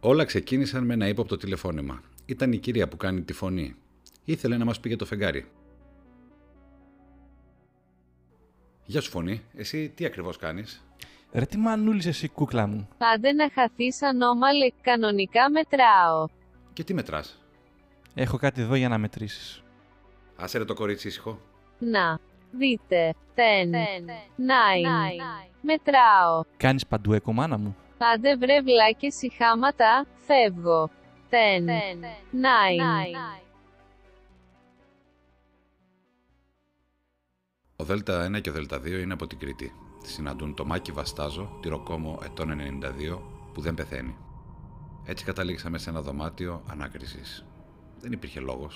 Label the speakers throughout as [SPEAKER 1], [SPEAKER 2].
[SPEAKER 1] Όλα ξεκίνησαν με ένα ύποπτο τηλεφώνημα. Ήταν η κυρία που κάνει τη φωνή. Ήθελε να μας πει για το φεγγάρι. Γεια σου φωνή, εσύ τι ακριβώς κάνεις.
[SPEAKER 2] Ρε τι μανούλης εσύ κούκλα μου.
[SPEAKER 3] Πάντε να χαθείς ανώμαλε, κανονικά μετράω.
[SPEAKER 1] Και τι μετράς.
[SPEAKER 2] Έχω κάτι εδώ για να μετρήσεις.
[SPEAKER 1] Άσε ρε το κορίτσι ήσυχο.
[SPEAKER 3] Να, δείτε, ten, nine, μετράω.
[SPEAKER 2] Κάνεις παντού έκο μάνα μου.
[SPEAKER 3] Πάντε βρε βλάκες οι χάματα, φεύγω. Ten, nine,
[SPEAKER 1] Ο Δέλτα 1 και ο Δέλτα 2 είναι από την Κρήτη. Συναντούν το Μάκη Βαστάζο, τη Ροκόμο ετών 92, που δεν πεθαίνει. Έτσι καταλήξαμε σε ένα δωμάτιο ανάκρισης. Δεν υπήρχε λόγος.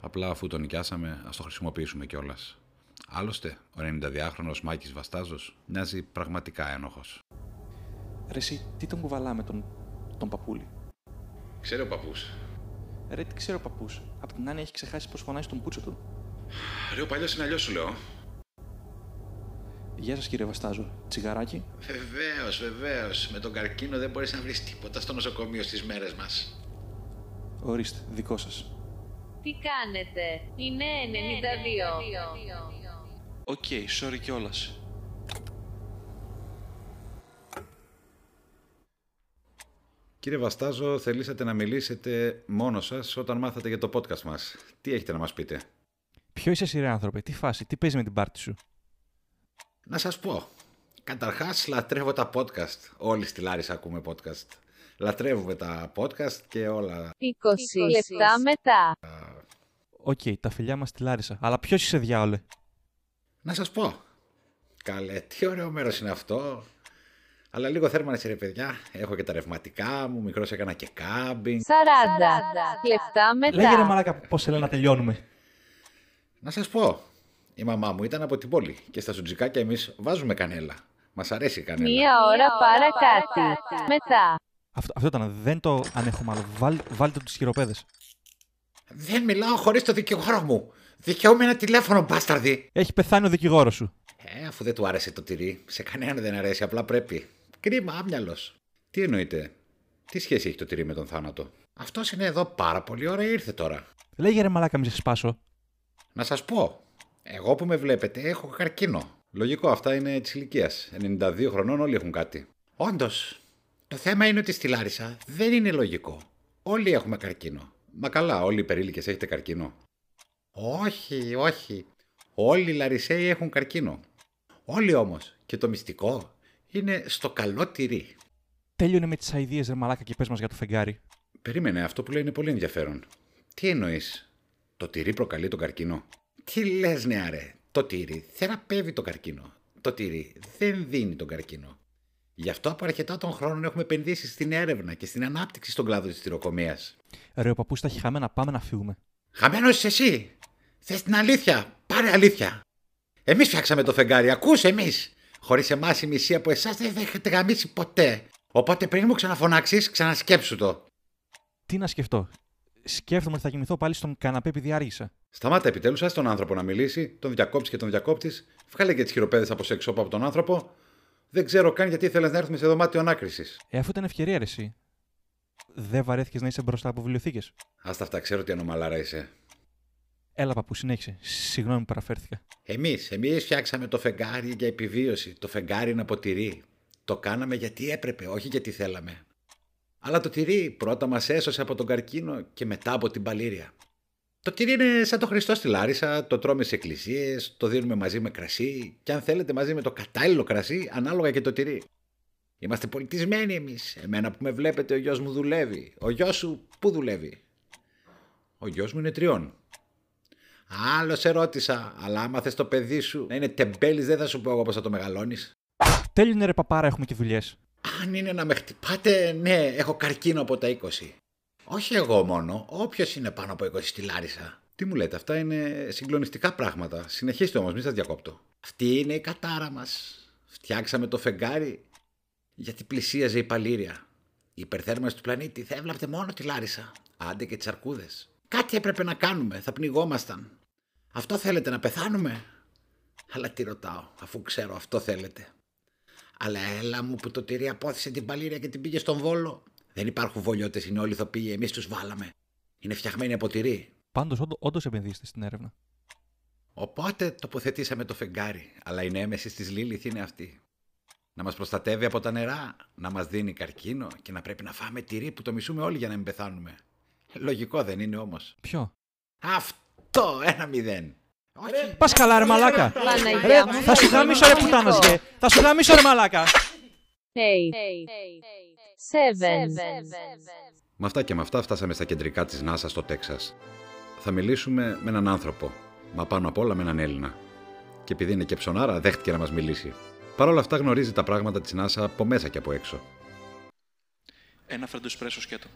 [SPEAKER 1] Απλά αφού τον νοικιάσαμε, ας το χρησιμοποιήσουμε κιόλας. Άλλωστε, ο 92χρονο Μάκης Βαστάζος μοιάζει πραγματικά ένοχος.
[SPEAKER 2] Ρε εσύ, τι τον κουβαλάμε τον, τον παππούλη.
[SPEAKER 1] Ξέρει ο παππούς.
[SPEAKER 2] Ρε τι ξέρω παππούς. Απ' την άλλη έχει ξεχάσει πως φωνάει στον πούτσο του.
[SPEAKER 1] Ρε ο παλιός είναι αλλιώς, σου λέω.
[SPEAKER 2] Γεια σας κύριε Βαστάζο. Τσιγαράκι.
[SPEAKER 4] Βεβαίως, βεβαίως. Με τον καρκίνο δεν μπορείς να βρεις τίποτα στο νοσοκομείο στις μέρες μας.
[SPEAKER 2] Ορίστε, δικό σας.
[SPEAKER 3] Τι κάνετε, είναι 92.
[SPEAKER 2] Οκ, sorry κιόλας.
[SPEAKER 1] Κύριε Βαστάζο, θελήσατε να μιλήσετε μόνος σας όταν μάθατε για το podcast μας. Τι έχετε να μας πείτε.
[SPEAKER 2] Ποιο είσαι εσύ ρε άνθρωπε, τι φάση, τι παίζει με την πάρτι σου.
[SPEAKER 4] Να σας πω. Καταρχάς λατρεύω τα podcast. Όλοι στη Λάρισα ακούμε podcast. Λατρεύουμε τα podcast και όλα.
[SPEAKER 3] 20 λεπτά μετά.
[SPEAKER 2] Οκ, τα φιλιά μας στη Λάρισα. Αλλά ποιος είσαι διάολε.
[SPEAKER 4] Να σας πω. Καλέ, τι ωραίο μέρος είναι αυτό. Αλλά λίγο θέρμανση ρε παιδιά. Έχω και τα ρευματικά μου, μικρός έκανα και κάμπινγκ.
[SPEAKER 3] 40 λεπτά
[SPEAKER 2] Λέγε ρε
[SPEAKER 3] μετά.
[SPEAKER 2] μαλάκα πώς σε λένε να τελειώνουμε.
[SPEAKER 4] Να σας πω. Η μαμά μου ήταν από την πόλη και στα σουτζικάκια εμείς βάζουμε κανέλα. Μας αρέσει η κανέλα.
[SPEAKER 3] Μία ώρα παρά κάτι. Μετά.
[SPEAKER 2] Αυτό, αυτό ήταν, δεν το ανέχομαι άλλο. Βάλ, βάλτε τους χειροπέδες.
[SPEAKER 4] Δεν μιλάω χωρίς το δικηγόρο μου. Δικαιούμαι ένα τηλέφωνο, μπάσταρδι.
[SPEAKER 2] Έχει πεθάνει ο δικηγόρος σου.
[SPEAKER 4] Ε, αφού δεν του άρεσε το τυρί. Σε κανέναν δεν αρέσει, απλά πρέπει. Κρίμα, άμυαλος.
[SPEAKER 1] Τι εννοείτε, τι σχέση έχει το τυρί με τον θάνατο.
[SPEAKER 4] Αυτός είναι εδώ πάρα πολύ ώρα ήρθε τώρα.
[SPEAKER 2] Λέγε ρε μαλάκα μη σε σπάσω.
[SPEAKER 4] Να σας πω, εγώ που με βλέπετε έχω καρκίνο.
[SPEAKER 1] Λογικό, αυτά είναι της ηλικίας. 92 χρονών όλοι έχουν κάτι.
[SPEAKER 4] Όντως, το θέμα είναι ότι στη Λάρισα δεν είναι λογικό. Όλοι έχουμε καρκίνο.
[SPEAKER 1] Μα καλά, όλοι οι περίλικες έχετε καρκίνο.
[SPEAKER 4] Όχι, όχι. Όλοι οι Λαρισαίοι έχουν καρκίνο. Όλοι όμως. Και το μυστικό είναι στο καλό τυρί.
[SPEAKER 2] Τέλειωνε με τις αηδίες ρε μαλάκα και πες μας για το φεγγάρι.
[SPEAKER 1] Περίμενε, αυτό που λέει είναι πολύ ενδιαφέρον. Τι εννοείς, Το τυρί προκαλεί τον καρκίνο.
[SPEAKER 4] Τι λες νεαρέ, το τυρί θεραπεύει τον καρκίνο. Το τυρί δεν δίνει τον καρκίνο. Γι' αυτό από αρκετά των χρόνων έχουμε επενδύσει στην έρευνα και στην ανάπτυξη στον κλάδο της τυροκομείας.
[SPEAKER 2] Ρε ο παππούς τα έχει χαμένα, πάμε να φύγουμε.
[SPEAKER 4] Χαμένος είσαι εσύ. Θες την αλήθεια. Πάρε αλήθεια. Εμείς φτιάξαμε το φεγγάρι. Ακούς εμείς. Χωρίς εμάς η μισή από εσάς δεν θα είχατε γαμίσει ποτέ. Οπότε πριν μου ξαναφωνάξεις, ξανασκέψου το.
[SPEAKER 2] Τι να σκεφτώ. Σκέφτομαι ότι θα κοιμηθώ πάλι στον καναπέ επειδή άργησα.
[SPEAKER 1] Σταμάτα επιτέλους, ας τον άνθρωπο να μιλήσει, τον διακόπτη και τον διακόπτη, βγάλε και τις χειροπέδες από σεξ από τον άνθρωπο. Δεν ξέρω καν γιατί ήθελες να έρθουμε σε δωμάτιο ανάκρισης.
[SPEAKER 2] Ε, αφού ήταν ευκαιρία ρε εσύ. Δεν βαρέθηκες να είσαι μπροστά από βιβλιοθήκες.
[SPEAKER 1] Άστα αυτά, ξέρω τι ανομαλάρα είσαι.
[SPEAKER 2] Έλα παππού, συνέχισε. Συγγνώμη που παραφέρθηκα.
[SPEAKER 4] Εμείς, εμείς φτιάξαμε το φεγγάρι για επιβίωση. Το φεγγάρι είναι από τυρί. Το κάναμε γιατί έπρεπε, όχι γιατί θέλαμε. Αλλά το τυρί πρώτα μας έσωσε από τον καρκίνο και μετά από την παλήρια. Το τυρί είναι σαν το Χριστό στη Λάρισα, το τρώμε σε εκκλησίες, το δίνουμε μαζί με κρασί και αν θέλετε μαζί με το κατάλληλο κρασί, ανάλογα και το τυρί. Είμαστε πολιτισμένοι εμείς. Εμένα που με βλέπετε ο γιος μου δουλεύει. Ο γιος σου πού δουλεύει.
[SPEAKER 1] Ο γιος μου είναι τριών.
[SPEAKER 4] Άλλο σε ρώτησα, αλλά άμα θες το παιδί σου να είναι τεμπέλης δεν θα σου πω εγώ πώς θα το μεγαλώνεις.
[SPEAKER 2] Τέλειωνε ρε παπάρα, έχουμε και δουλειές.
[SPEAKER 4] Αν είναι να με χτυπάτε, ναι, έχω καρκίνο από τα 20. Όχι εγώ μόνο, όποιος είναι πάνω από 20 στη Λάρισα.
[SPEAKER 1] Τι μου λέτε, αυτά είναι συγκλονιστικά πράγματα. Συνεχίστε όμως, μην σας διακόπτω.
[SPEAKER 4] Αυτή είναι η κατάρα μας. Φτιάξαμε το φεγγάρι γιατί πλησίαζε η παλήρια. Η υπερθέρμανση του πλανήτη θα έβλαπτε μόνο τη Λάρισα. Άντε και τις αρκούδες. Κάτι έπρεπε να κάνουμε, θα πνιγόμασταν. Αυτό θέλετε να πεθάνουμε. Αλλά τι ρωτάω, αφού ξέρω αυτό θέλετε. Αλλά έλα μου που το τυρί απόθυσε την παλήρια και την πήγε στον Βόλο.
[SPEAKER 5] Δεν υπάρχουν βολιώτες, είναι όλοι ηθοποιοί, εμείς τους βάλαμε. Είναι φτιαγμένοι από τυρί.
[SPEAKER 6] Πάντως, όντω επενδύσετε στην έρευνα.
[SPEAKER 5] Οπότε τοποθετήσαμε το φεγγάρι, αλλά η νέμεση της Λίλιθ είναι αυτή. Να μας προστατεύει από τα νερά, να μας δίνει καρκίνο και να πρέπει να φάμε τυρί που το μισούμε όλοι για να μην πεθάνουμε. Λογικό δεν είναι όμως.
[SPEAKER 6] Ποιο.
[SPEAKER 5] Αυτό! Ένα μηδέν. Όχι.
[SPEAKER 6] Πας καλά, ρε μαλάκα.
[SPEAKER 3] Παναγιά
[SPEAKER 6] Ρε,
[SPEAKER 3] μου.
[SPEAKER 6] θα σου γαμίσω ρε πουτάνας, γε. Θα σου γαμίσω ρε μαλάκα.
[SPEAKER 3] 8, 7,
[SPEAKER 4] Με αυτά και με αυτά φτάσαμε στα κεντρικά της NASA στο Τέξας. Θα μιλήσουμε με έναν άνθρωπο, μα πάνω απ' όλα με έναν Έλληνα. Και επειδή είναι και ψωνάρα, δέχτηκε να μας μιλήσει. Παρ' όλα αυτά γνωρίζει τα πράγματα της NASA από μέσα και από έξω.
[SPEAKER 2] Ένα φρεντοσπρέσο σκέτο.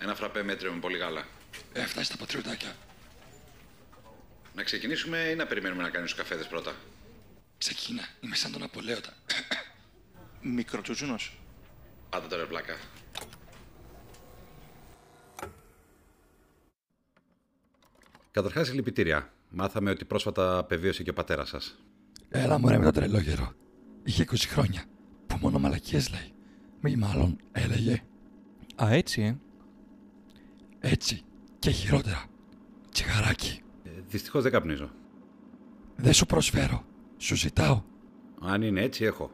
[SPEAKER 4] Ένα φραπέ μέτριο με πολύ γάλα.
[SPEAKER 2] Έφτασε τα Ε, πατριωτάκια.
[SPEAKER 4] Να ξεκινήσουμε ή να περιμένουμε να κάνεις τους καφέδες πρώτα.
[SPEAKER 2] Ξεκίνα. Είμαι σαν τον Απολέοντα. Μικροτσούτσουνο.
[SPEAKER 4] Πάντα τώρα πλάκα. Καταρχάς, συλληπιτήρια. Μάθαμε ότι πρόσφατα πεβίωσε και ο πατέρας σας.
[SPEAKER 2] Έλα μωρέ με τον τρελόγερο. Είχε 20 χρόνια. Που μόνο μαλακίες λέει. Μη μάλλον έλεγε.
[SPEAKER 6] Α, έτσι, ε.
[SPEAKER 2] Έτσι και χειρότερα. Τσιγαράκι.
[SPEAKER 4] Δυστυχώς Ε, δεν καπνίζω.
[SPEAKER 2] Δεν σου προσφέρω. Σου ζητάω.
[SPEAKER 4] Αν είναι έτσι, έχω.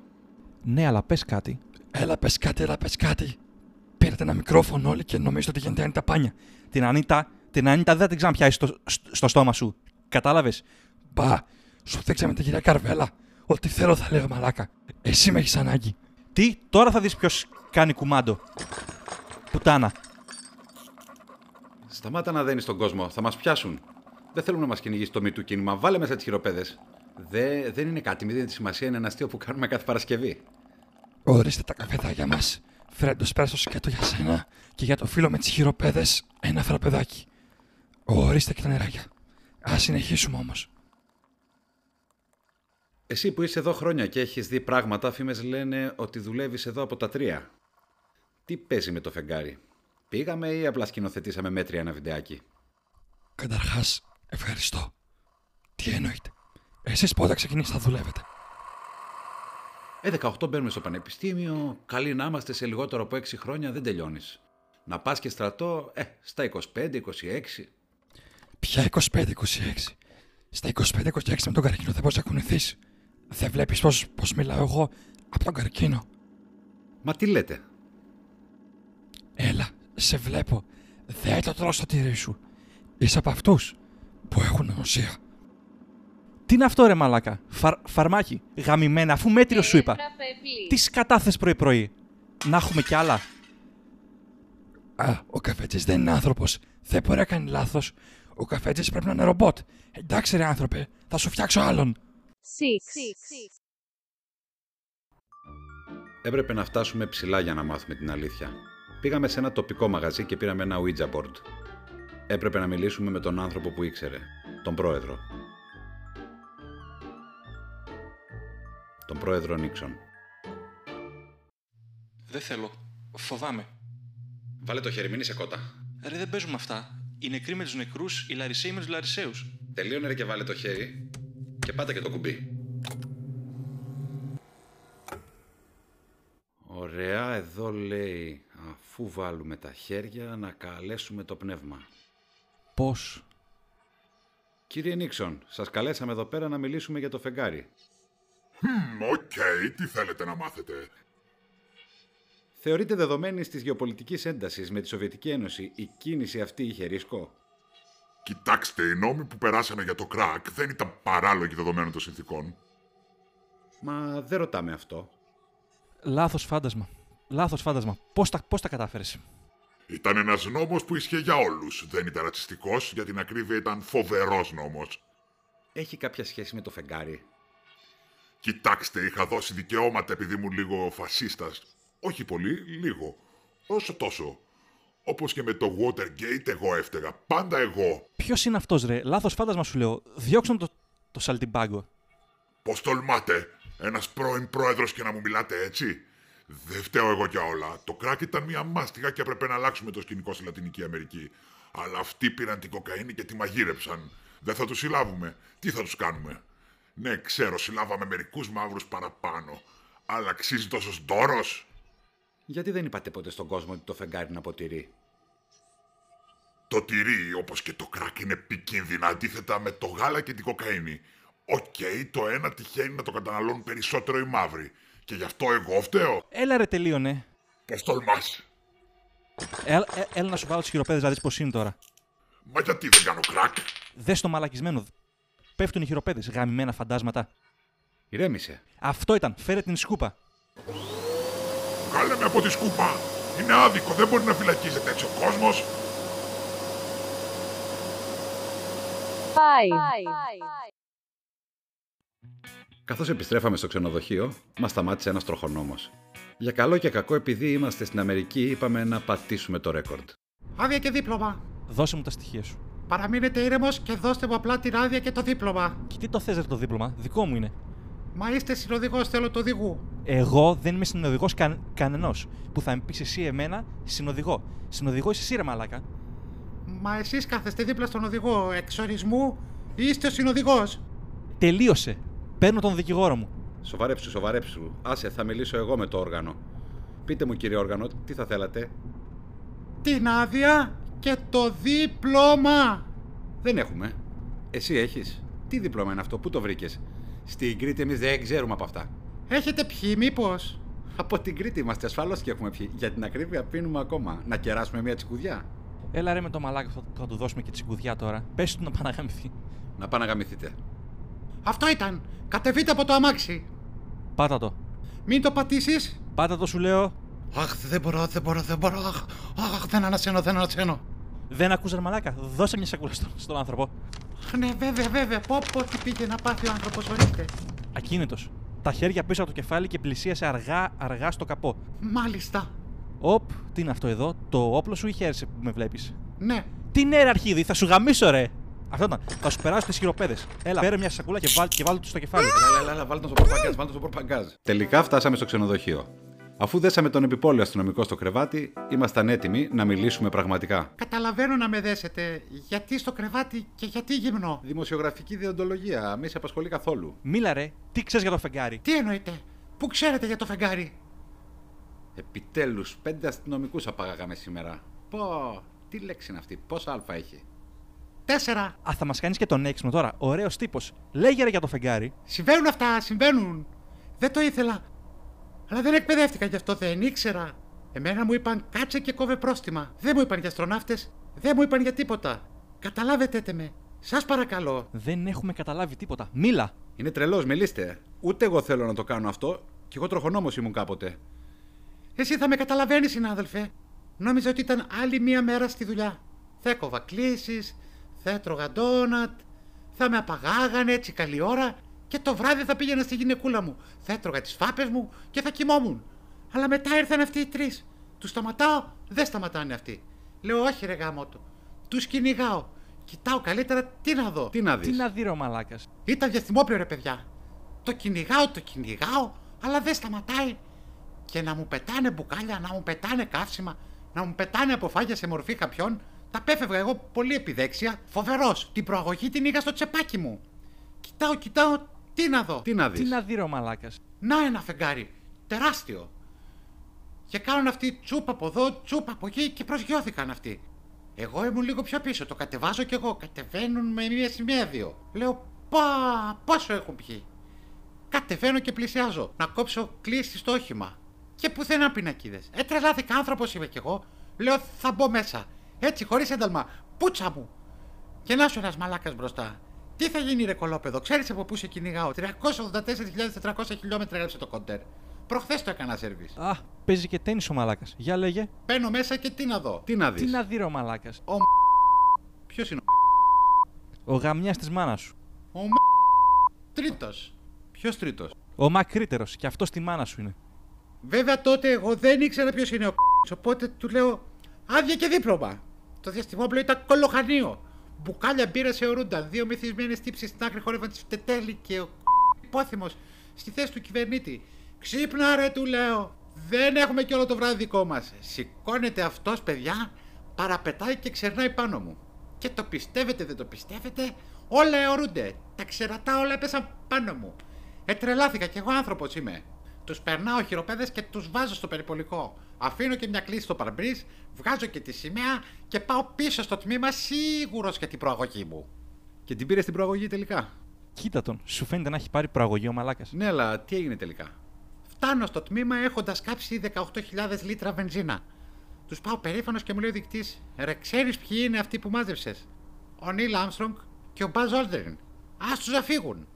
[SPEAKER 6] Ναι, αλλά πες κάτι.
[SPEAKER 2] Έλα πες κάτι, έλα πες κάτι. Πήρατε ένα μικρόφωνο όλοι και νομίζετε ότι γίνεται τα πάνια.
[SPEAKER 6] Την Ανίτα, την Ανίτα δεν την ξαναπιάσεις στο, στο, στο στόμα σου. Κατάλαβες.
[SPEAKER 2] Μπα, σου δείξαμε την κυρία Καρβέλα. Ό,τι θέλω θα λέω μαλάκα. Εσύ με έχεις ανάγκη.
[SPEAKER 6] Τι, τώρα θα δεις ποιος κάνει κουμάντο. Πουτάνα.
[SPEAKER 4] Σταμάτα να δένεις τον κόσμο, θα μας πιάσουν. Δεν θέλουμε να μας κυνηγήσει το μητού κίνημα. Βάλε μέσα τις χειροπέδες. Δε, δεν είναι κάτι, μην δίνει τη σημασία, είναι ένα αστείο που κάνουμε κάθε Παρασκευή.
[SPEAKER 2] Ορίστε τα καφεδάκια μας. Φρέντο πέρασο σκέτο για σένα και για το φίλο με τις χειροπέδες ένα φραπεδάκι. Ορίστε και τα νεράκια. Ας συνεχίσουμε όμως.
[SPEAKER 4] Εσύ που είσαι εδώ χρόνια και έχεις δει πράγματα, φήμες λένε ότι δουλεύεις εδώ από τα τρία. Τι παίζει με το φεγγάρι. Πήγαμε ή απλά σκηνοθετήσαμε μέτρια ένα βιντεάκι.
[SPEAKER 2] Καταρχάς, ευχαριστώ. Τι εννοείτε. Εσείς πότε ξεκινήσετε να δουλεύετε.
[SPEAKER 4] Ε, 18 μπαίνουμε στο πανεπιστήμιο. Καλή να είμαστε σε λιγότερο από 6 χρόνια, δεν τελειώνεις. Να πας και στρατό, ε, στα 25, 26.
[SPEAKER 2] Πια 25-26. Στα 25-26 με τον καρκίνο δεν μπορείς να κουνηθείς. Δεν βλέπεις πώς πώς μιλάω εγώ από τον καρκίνο.
[SPEAKER 4] Μα τι λέτε,
[SPEAKER 2] Έλα, σε βλέπω. Δεν το τρώω στο τυρί σου. Είσαι από αυτούς που έχουν ανοσία.
[SPEAKER 6] Τι είναι αυτό, ρε μαλάκα. Φαρ, φαρμάκι. Γαμημένα, αφού μέτριο σου είπα. Τι σκατάθες πρωί-πρωί. Να έχουμε κι άλλα.
[SPEAKER 2] Α, ο καφέτζης δεν είναι άνθρωπος. Δεν μπορεί να κάνει λάθος. Ο καφέτζης πρέπει να είναι ρομπότ. Εντάξει, ρε άνθρωπε, θα σου φτιάξω άλλον.
[SPEAKER 3] 6,
[SPEAKER 4] Έπρεπε να φτάσουμε ψηλά για να μάθουμε την αλήθεια. Πήγαμε σε ένα τοπικό μαγαζί και πήραμε ένα Ouija board. Έπρεπε να μιλήσουμε με τον άνθρωπο που ήξερε, τον πρόεδρο. Τον πρόεδρο Νίξον.
[SPEAKER 2] Δεν θέλω. Φοβάμαι.
[SPEAKER 4] Βάλε το χέρι, μην είσαι κότα.
[SPEAKER 2] Ρε, δεν παίζουμε αυτά. Οι νεκροί με τους νεκρούς, οι λαρισαίοι με τους λαρισαίους.
[SPEAKER 4] Τελείωνε ρε και βάλε το χέρι. Και πάτα και το κουμπί. Ωραία, εδώ λέει, αφού βάλουμε τα χέρια να καλέσουμε το πνεύμα.
[SPEAKER 6] Πώς.
[SPEAKER 4] Κύριε Νίξον, σας καλέσαμε εδώ πέρα να μιλήσουμε για το φεγγάρι.
[SPEAKER 7] Μμ, Οκ, τι θέλετε να μάθετε.
[SPEAKER 4] Θεωρείται δεδομένη τη γεωπολιτικής έντασης με τη Σοβιετική Ένωση η κίνηση αυτή είχε ρίσκο.
[SPEAKER 7] Κοιτάξτε, οι νόμοι που περάσανε για το κράκ δεν ήταν παράλογοι δεδομένων των συνθήκων.
[SPEAKER 4] Μα δεν ρωτάμε αυτό.
[SPEAKER 6] Λάθος φάντασμα. Λάθος φάντασμα. Πώς τα, πώς τα κατάφερες.
[SPEAKER 7] Ήταν ένας νόμος που ίσχυε για όλους. Δεν ήταν ρατσιστικός, για την ακρίβεια ήταν φοβερός νόμος.
[SPEAKER 4] Έχει κάποια σχέση με το φεγγάρι.
[SPEAKER 7] Κοιτάξτε, είχα δώσει δικαιώματα επειδή ήμουν λίγο φασίστας. Όχι πολύ, λίγο. Όσο τόσο. Όπως και με το Watergate, εγώ έφταιγα. Πάντα εγώ.
[SPEAKER 6] Ποιος είναι αυτός, ρε. Λάθος φάντασμα σου λέω. Διώξτε το, το σαλτιμπάγκο.
[SPEAKER 7] Πώς τολμάτε, ένας πρώην πρόεδρος και να μου μιλάτε έτσι. Δεν φταίω εγώ για όλα. Το κράκ ήταν μια μάστιγα και έπρεπε να αλλάξουμε το σκηνικό στη Λατινική Αμερική. Αλλά αυτοί πήραν την κοκαίνη και τη μαγείρεψαν. Δεν θα τους συλλάβουμε. Τι θα τους κάνουμε. Ναι, ξέρω, συλλάβαμε μερικούς μαύρους παραπάνω. Αλλά αξίζει τόσος δώρο.
[SPEAKER 8] Γιατί δεν είπατε ποτέ στον κόσμο ότι το φεγγάρι είναι από τυρί.
[SPEAKER 7] Το τυρί, όπως και το κράκ, είναι επικίνδυνα αντίθετα με το γάλα και την κοκαίνη. Οκ, το ένα τυχαίνει να το καταναλώνουν περισσότερο οι μαύροι. Και γι' αυτό εγώ φταίω.
[SPEAKER 2] Έλα ρε, τελείωνε.
[SPEAKER 7] Πώ τολμά.
[SPEAKER 2] Ε, ε, έλα να σου βάλω τις χειροπέδες να δεις πώς είναι τώρα.
[SPEAKER 7] Μα γιατί δεν κάνω κράκ.
[SPEAKER 2] Δες το μαλακισμένο. Πέφτουν οι χειροπέδες, γαμημένα φαντάσματα.
[SPEAKER 8] Ηρέμησε.
[SPEAKER 2] Αυτό ήταν. Φέρε την σκούπα.
[SPEAKER 7] Κάλε με από τη σκούπα. Είναι άδικο, δεν μπορεί να φυλακίζεται έτσι ο κόσμος.
[SPEAKER 3] Five.
[SPEAKER 8] Καθώς επιστρέφαμε στο ξενοδοχείο, μας σταμάτησε ένας τροχονόμος. Για καλό και κακό, επειδή είμαστε στην Αμερική, είπαμε να πατήσουμε το ρέκορντ.
[SPEAKER 4] Άδεια και δίπλωμα.
[SPEAKER 2] Δώσε μου τα στοιχεία σου.
[SPEAKER 4] Παραμείνετε ήρεμος και δώστε μου απλά την άδεια και το δίπλωμα.
[SPEAKER 2] Και τι το θες το δίπλωμα, δικό μου είναι.
[SPEAKER 4] Μα είστε συνοδηγός, θέλω το οδηγού.
[SPEAKER 2] Εγώ δεν είμαι συνοδηγός καν, κανενός. Που θα με πεις εσύ εμένα συνοδηγό. Συνοδηγό είσαι εσύ, ρε μαλάκα.
[SPEAKER 4] Μα εσείς κάθεστε δίπλα στον οδηγό. Εξορισμού είστε ο συνοδηγός.
[SPEAKER 2] Τελείωσε. Παίρνω τον δικηγόρο μου.
[SPEAKER 8] Σοβαρέψου, σοβαρέψου. Άσε, θα μιλήσω εγώ με το όργανο. Πείτε μου, κύριε όργανο, τι θα θέλατε.
[SPEAKER 4] Την άδεια και το δίπλωμα.
[SPEAKER 8] Δεν έχουμε. Εσύ έχεις. Τι δίπλωμα είναι αυτό, πού το βρήκες. Στην Κρήτη εμείς δεν ξέρουμε από αυτά.
[SPEAKER 4] Έχετε πιει, μήπως.
[SPEAKER 8] Από την Κρήτη είμαστε ασφαλώς και έχουμε πιει. Για την ακρίβεια πίνουμε ακόμα. Να κεράσουμε μια τσικουδιά.
[SPEAKER 2] Έλα ρε με το μαλάκα που θα του δώσουμε και τη συγκουδιά τώρα. Πες του να παναγαμηθεί.
[SPEAKER 8] Να πάνε να γαμηθείτε.
[SPEAKER 4] Αυτό ήταν. Κατεβείτε από το αμάξι.
[SPEAKER 2] Πάτα το.
[SPEAKER 4] Μην το πατήσεις.
[SPEAKER 2] Πάτα το σου λέω.
[SPEAKER 4] Αχ, δεν μπορώ, δεν μπορώ, δεν μπορώ. Αχ, αχ δεν ανασένω, δεν ανασένω.
[SPEAKER 2] Δεν ακούς ρε μαλάκα. Δώσε μια σακούλα στο- στον άνθρωπο.
[SPEAKER 4] Ναι, βέβαια, βέβαια. Πω, πω, τι πήγε να πάθει ο άνθρωπος, ορίστε.
[SPEAKER 2] Ακίνητος. Τα χέρια πίσω από το κεφάλι και πλησίασε αργά, αργά στο καπό.
[SPEAKER 4] Μάλιστα.
[SPEAKER 2] Οπ, τι είναι αυτό εδώ, το όπλο σου ή χαίρεσαι που με βλέπεις.
[SPEAKER 4] Ναι.
[SPEAKER 2] Τι ναι, ρε αρχίδι, θα σου γαμίσω, ρε. Αυτό ήταν. Θα σου περάσω τις χειροπέδες. Έλα, φέρε μια σακούλα και βάλ, και βάλ του στο κεφάλι.
[SPEAKER 8] Λα, λα, λα, βάλτε τον στο πορπαγκάζ, βάλτε τον στο πορπαγκάζ. Τελικά φτάσαμε στο ξενοδοχείο. Αφού δέσαμε τον επιπόλαιο αστυνομικό στο κρεβάτι, ήμασταν έτοιμοι να μιλήσουμε πραγματικά.
[SPEAKER 4] Καταλαβαίνω να με δέσετε. Γιατί στο κρεβάτι και γιατί γυμνό.
[SPEAKER 8] Δημοσιογραφική διοντολογία, μη σε απασχολεί καθόλου.
[SPEAKER 2] Μίλα, ρε, τι ξέρεις για το φεγγάρι.
[SPEAKER 4] Τι εννοείτε. Πού ξέρετε για το φεγγάρι.
[SPEAKER 8] Επιτέλους, πέντε αστυνομικούς απαγάγαμε σήμερα. Πω, τι λέξη είναι αυτή, πόσα αλφα έχει.
[SPEAKER 4] Τέσσερα.
[SPEAKER 2] Α, θα μας κάνεις και τον έξυπνο τώρα. Ωραίος τύπος. Λέγε ρε για το φεγγάρι.
[SPEAKER 4] Συμβαίνουν αυτά, συμβαίνουν. Δεν το ήθελα. Αλλά δεν εκπαιδεύτηκα γι' αυτό, δεν ήξερα. Εμένα μου είπαν κάτσε και κόβε πρόστιμα. Δεν μου είπαν για αστροναύτες, δεν μου είπαν για τίποτα. Καταλάβετε τε με. Σας παρακαλώ.
[SPEAKER 2] Δεν έχουμε καταλάβει τίποτα. Μίλα.
[SPEAKER 8] Είναι τρελός, μιλήστε. Ούτε εγώ θέλω να το κάνω αυτό, κι εγώ τροχονόμος ήμουν κάποτε.
[SPEAKER 4] Εσύ θα με καταλαβαίνεις, συνάδελφε. Νόμιζα ότι ήταν άλλη μία μέρα στη δουλειά. Θα έκοβα κλήσεις, θα έτρωγα ντόνατ, θα με απαγάγανε έτσι καλή ώρα και το βράδυ θα πήγαινα στη γυναικούλα μου. Θα έτρωγα τις φάπες μου και θα κοιμόμουν. Αλλά μετά ήρθαν αυτοί οι τρεις. Τους σταματάω, δεν σταματάνε αυτοί. Λέω όχι, ρε γάμο του. Τους κυνηγάω. Κοιτάω καλύτερα τι να δω.
[SPEAKER 8] Τι να δεις.
[SPEAKER 2] Τι να δει, ρε μαλάκας.
[SPEAKER 4] Ήταν διαστημόπλαιο ρε παιδιά. Το κυνηγάω, το κυνηγάω, αλλά δεν σταματάει. Και να μου πετάνε μπουκάλια, να μου πετάνε καύσιμα, να μου πετάνε αποφάγια σε μορφή καπιών. Τα πέφευγα εγώ πολύ επιδέξια. Φοβερός, την προαγωγή την είχα στο τσεπάκι μου. Κοιτάω, κοιτάω, τι να δω.
[SPEAKER 8] Τι να δεις.
[SPEAKER 2] Τι να δει, ρε μαλάκας.
[SPEAKER 4] Να ένα φεγγάρι, τεράστιο. Και κάνουν αυτοί τσούπα από εδώ, τσούπα από εκεί και προσγειώθηκαν αυτοί. Εγώ ήμουν λίγο πιο πίσω, το κατεβάζω κι εγώ. Κατεβαίνουν με μία σημαία δύο. Λέω, πα, πόσο έχουν πιει. Κατεβαίνω και πλησιάζω να κόψω κλίση στο όχημα. Και πουθενά πινακίδες. Ε, τρελάθηκα, άνθρωπος είμαι κι εγώ. Λέω, θα μπω μέσα. Έτσι, χωρίς ένταλμα. Πούτσα μου. Και να σου ένας μαλάκας μπροστά. Τι θα γίνει, ρε κολόπεδο, ξέρεις από πού σε κυνηγάω. 384.400 χιλιόμετρα έγραψε το κοντέρ. Προχθές το έκανα σερβις.
[SPEAKER 2] Α, παίζει και τέννη ο μαλάκας. Για λέγε.
[SPEAKER 4] Παίρνω μέσα και τι να δω.
[SPEAKER 8] Τι να δει.
[SPEAKER 2] Τι να δει, ρε μαλάκα.
[SPEAKER 8] Ποιος είναι ο.
[SPEAKER 2] Ο γαμιάς της μάνας σου.
[SPEAKER 4] Ο μ... τρίτος.
[SPEAKER 8] Ποιος τρίτος.
[SPEAKER 2] Ο μακρύτερος και αυτός τη μάνα σου είναι.
[SPEAKER 4] Βέβαια τότε εγώ δεν ήξερα ποιος είναι ο κ***. Οπότε του λέω άδεια και δίπλωμα. Το διαστημόπλαιο ήταν κολοχανίο. Μπουκάλια μπύρα σε ορούντα. Δύο μεθυσμένε τύψεις στην άκρη χόρευαν τη φτετέλη και ο κ***, υπόθυμος στη θέση του κυβερνήτη. Ξύπνα ρε, του λέω. Δεν έχουμε και όλο το βράδυ δικό μας. Σηκώνεται αυτός, παιδιά, παραπετάει και ξερνάει πάνω μου. Και το πιστεύετε, δεν το πιστεύετε,
[SPEAKER 9] Ε,
[SPEAKER 4] όλα αιωρούνται. Τα ξερατά όλα έπεσαν πάνω μου. Ετρελάθηκα κι εγώ άνθρωπος είμαι.
[SPEAKER 9] Τους περνάω χειροπέδες και τους βάζω στο περιπολικό. Αφήνω και μια κλίση στο παρμπρίζ, βγάζω και τη σημαία και πάω πίσω στο τμήμα σίγουρος για την προαγωγή μου. Και την πήρες στην προαγωγή τελικά.
[SPEAKER 10] Κοίτα τον, σου φαίνεται να έχει πάρει προαγωγή ο μαλάκας.
[SPEAKER 9] Ναι, αλλά τι έγινε τελικά. Φτάνω στο τμήμα έχοντας κάψει 18.000 λίτρα βενζίνα. Τους πάω περήφανος και μου λέει ο δικτή: Ρε, ξέρεις ποιοι είναι αυτοί που μάζεψες. Ο Νίλ Άμστρονγκ και ο Μπάζ Όλτερν. Α του αφήγουν.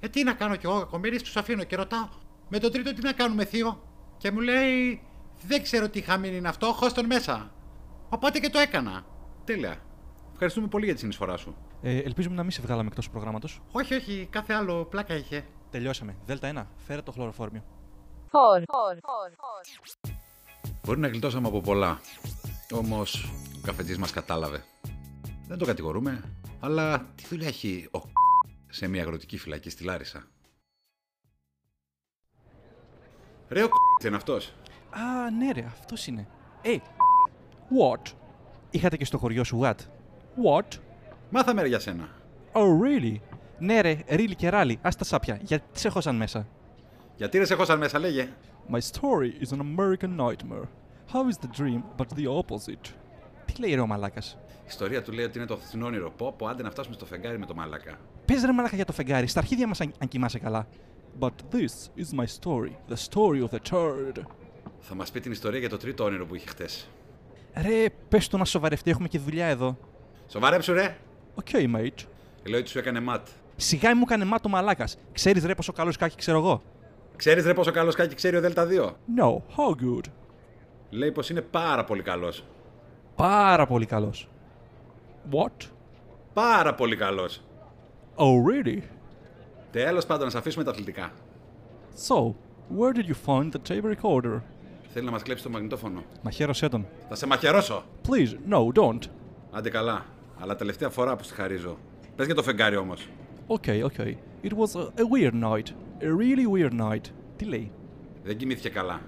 [SPEAKER 9] Ε, τι να κάνω κι εγώ, κακομίρι, τους αφήνω και ρωτάω: Με τον τρίτο τι να κάνουμε, Θείο. Και μου λέει: Δεν ξέρω τι χαμήν είναι αυτό, χώ τον μέσα. Οπότε και το έκανα.
[SPEAKER 4] Τέλεια. Ευχαριστούμε πολύ για τη συνεισφορά σου.
[SPEAKER 10] Ε, ελπίζουμε να μην σε βγάλαμε εκτός προγράμματος.
[SPEAKER 9] Όχι, όχι, κάθε άλλο πλάκα είχε.
[SPEAKER 10] Τελειώσαμε. Δέλτα 1, φέρε το χλωροφόρμιο.
[SPEAKER 3] Φορ.
[SPEAKER 1] Μπορεί να γλιτώσαμε από πολλά. Όμως ο καφετζής μας κατάλαβε. Δεν το κατηγορούμε, αλλά τι δουλειά έχει ο σε μια αγροτική φυλακή στη Λάρισα.
[SPEAKER 4] Ρε ο είναι αυτός.
[SPEAKER 10] Α, ναι, ρε, αυτός είναι. Ε, what? Είχατε και στο χωριό σου what? What?
[SPEAKER 4] Μάθαμε ρε για σένα.
[SPEAKER 10] Oh, really? Ναι, ρε, really και ράλι, ας τα σάπια. Γιατί σε χώσαν μέσα.
[SPEAKER 4] Γιατί ρε σε χώσαν μέσα, λέγε.
[SPEAKER 2] My story is an American nightmare. How is the dream but the opposite?
[SPEAKER 10] Τι λέει ρε ο μαλάκας.
[SPEAKER 4] Η ιστορία του λέει ότι είναι το θυνό όνειρο. Πω, πω, άντε να φτάσουμε στο φεγγάρι με το μαλάκα.
[SPEAKER 10] Πες ρε μαλάκα για το φεγγάρι, στα αρχίδια μας αν, αν κοιμάσαι καλά.
[SPEAKER 2] But this is my story, the story of the turd.
[SPEAKER 4] Θα μας πει την ιστορία για το τρίτο όνειρο που είχε χτες.
[SPEAKER 10] Ρε, πες του να σοβαρευτεί, έχουμε και δουλειά εδώ.
[SPEAKER 4] Σοβαρέψου, ρε!
[SPEAKER 2] Okay, mate.
[SPEAKER 4] Η Λέω ότι σου έκανε ματ.
[SPEAKER 10] Σιγά μου έκανε μάτο μαλάκας. Ξέρεις ρε πόσο καλός κάκι ξέρω εγώ.
[SPEAKER 4] Ξέρεις ρε πόσο καλός κάκι ξέρει ο Δέλτα 2.
[SPEAKER 2] No, how good.
[SPEAKER 4] Λέει πως είναι πάρα πολύ καλός.
[SPEAKER 10] Πάρα πολύ καλός. What?
[SPEAKER 4] Πάρα πολύ καλός.
[SPEAKER 2] Oh, really?
[SPEAKER 4] Τέλος πάντων, να σε αφήσουμε τα αθλητικά.
[SPEAKER 2] So, where did you find the tape recorder?
[SPEAKER 4] Θέλει να μας κλέψει το μαγνητόφωνο.
[SPEAKER 10] Μαχαίρωσέ τον.
[SPEAKER 4] Θα σε μαχαιρώσω.
[SPEAKER 2] Please, no, don't.
[SPEAKER 4] Άντε καλά. Αλλά τελευταία φορά που στη χαρίζω. Πες για το φεγγάρι όμως.
[SPEAKER 2] Okay, okay. It was a, a weird night. A really weird night. Τι λέει?
[SPEAKER 4] Δεν κοιμήθηκε καλά.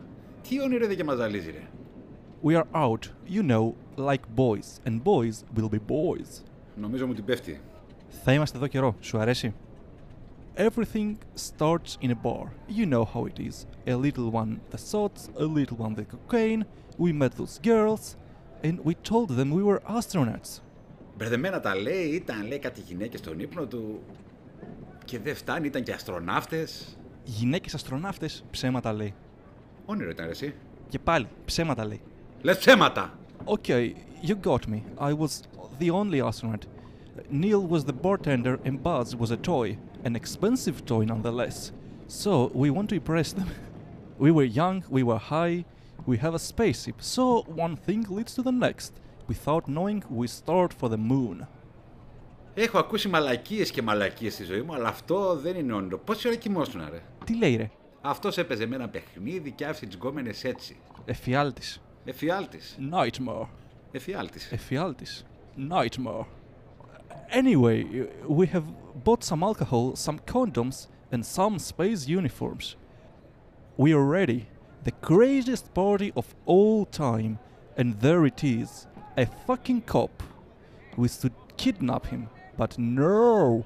[SPEAKER 4] Τι όνειρο είδε και μα ζαλίζει, ρε.
[SPEAKER 2] We are out, you know, like boys. And boys will be boys.
[SPEAKER 4] Νομίζω μου την πέφτει.
[SPEAKER 10] Θα είμαστε εδώ καιρό. Σου αρέσει.
[SPEAKER 2] Everything starts in a bar. You know how it is. A little one the shots, a little one the cocaine. We met those girls, and we told them we were astronauts.
[SPEAKER 4] Μπερδεμένα τα λέει, ήταν λέει κάτι γυναίκες στον ύπνο του. Και δεν φτάνει, ήταν και αστροναύτες.
[SPEAKER 10] Γυναίκες αστροναύτες ψέματα λέει.
[SPEAKER 4] Όνειρο ήταν ρε, εσύ.
[SPEAKER 10] Και πάλι ψέματα λέει.
[SPEAKER 4] Λες ψέματα!
[SPEAKER 2] Okay, you got me. I was the only astronaut. Neil was the bartender, and Buzz was a toy. An expensive toy, nonetheless. So, we want to impress them. we were young, we were high, we have a spaceship, so one thing leads to the next. Without knowing, we start for the moon.
[SPEAKER 4] Έχω ακούσει μαλακίες και μαλακίες στη ζωή μου, αλλά αυτό δεν είναι όνειρο. Πόση ώρα κοιμόσουνα, ρε.
[SPEAKER 10] Τι λέει ρε,
[SPEAKER 4] Αυτός έπαιζε με ένα παιχνίδι και άφησε τις γκόμενες έτσι.
[SPEAKER 2] e
[SPEAKER 10] εφιάλτης.
[SPEAKER 4] Εφιάλτης.
[SPEAKER 2] Nightmare.
[SPEAKER 4] Εφιάλτης.
[SPEAKER 2] Εφιaltis. Nightmare. Anyway, we have bought some alcohol, some condoms, and some space uniforms. We are ready. The craziest party of all time. And there it is. A fucking cop. We should kidnap him. But no!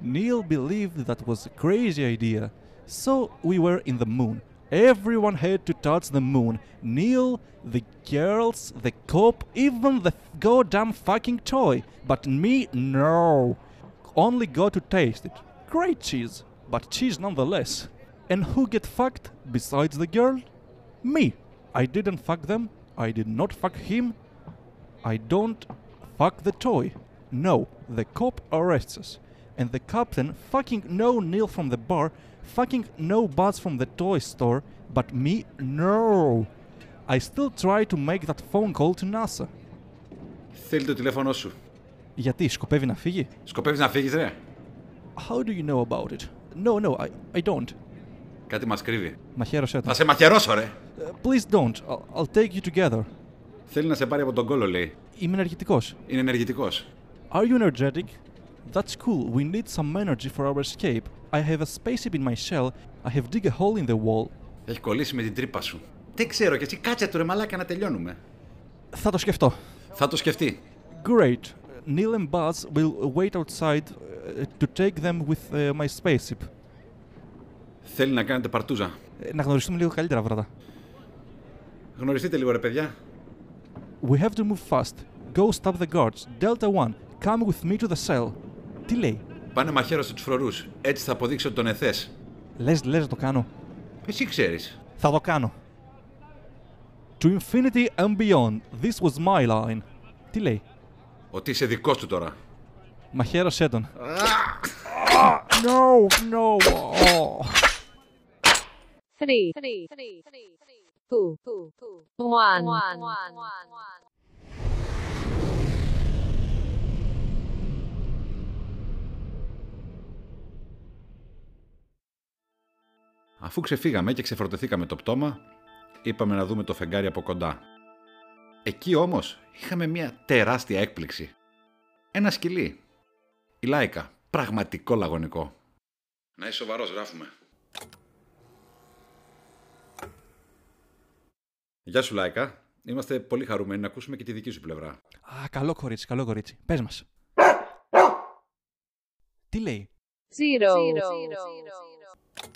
[SPEAKER 2] Neil believed that was a crazy idea. So we were in the moon. Everyone had to touch the moon. Neil, the girls, the cop, even the f- goddamn fucking toy. But me, no. Only got to taste it. Great cheese, but cheese nonetheless. And who get fucked besides the girl? Me. I didn't fuck them. I did not fuck him. I don't fuck the toy. No, the cop arrests us. And the captain, fucking no Neil from the bar, fucking no Buzz from the toy store, but me, no. I still try to make that phone call to NASA.
[SPEAKER 4] Θέλει το τηλέφωνό σου.
[SPEAKER 10] Γιατί, σκοπεύει να φύγει.
[SPEAKER 4] Σκοπεύεις να φύγεις, ρε.
[SPEAKER 2] How do you know about it? No, no, I, I don't.
[SPEAKER 4] Κάτι μας κρύβει.
[SPEAKER 10] Μαχαίρωσέ τον.
[SPEAKER 4] Θα σε μαχαιρώσω, ρε.
[SPEAKER 2] Uh, please don't. I'll, I'll take you together.
[SPEAKER 4] Θέλει να σε πάρει από τον κόλο, λέει.
[SPEAKER 10] Είμαι ενεργητικός.
[SPEAKER 4] Είναι ενεργητικός.
[SPEAKER 2] Are you energetic? That's cool. We need some energy for our escape. I have a spaceship in my shell. I have dig a hole in the wall.
[SPEAKER 4] Έχει κολλήσει με την τρύπα σου. Δεν ξέρω κι εσύ, κάτσε του ρε μαλάκα να τελειώνουμε.
[SPEAKER 10] Θα το σκεφτώ.
[SPEAKER 4] Θα το σκεφτεί.
[SPEAKER 2] Great. Neil and Buzz will wait outside uh, to take them with uh, my spaceship.
[SPEAKER 4] Θέλει να κάνετε παρτούζα.
[SPEAKER 11] Ε, Να γνωριστούμε λίγο καλύτερα, βραδά.
[SPEAKER 12] Γνωριστείτε λίγο ρε παιδιά.
[SPEAKER 2] We have to move fast. Go stop the guards. Delta One, come with me to the cell. Τι λέει.
[SPEAKER 12] Πάνε μαχαίρωσε του φρουρού. Έτσι θα αποδείξω ότι τον εθέ.
[SPEAKER 2] Λες, λες να το κάνω.
[SPEAKER 12] Εσύ ξέρεις.
[SPEAKER 2] Θα το κάνω. To infinity and beyond. This was my line. Τι λέει.
[SPEAKER 12] Ότι είσαι δικός του τώρα.
[SPEAKER 2] Μαχαίρωσέ τον. No, no. oh.
[SPEAKER 3] 3, 2, 1.
[SPEAKER 4] Αφού ξεφύγαμε και ξεφορτωθήκαμε το πτώμα, είπαμε να δούμε το φεγγάρι από κοντά. Εκεί όμως είχαμε μια τεράστια έκπληξη. Ένα σκυλί. Η Λάικα. Πραγματικό λαγωνικό. Να είσαι σοβαρός, γράφουμε. Γεια σου Λάικα. Είμαστε πολύ χαρούμενοι να ακούσουμε και τη δική σου πλευρά.
[SPEAKER 2] Α, καλό κορίτσι, καλό κορίτσι. Πες μας. Τι λέει.
[SPEAKER 3] 0.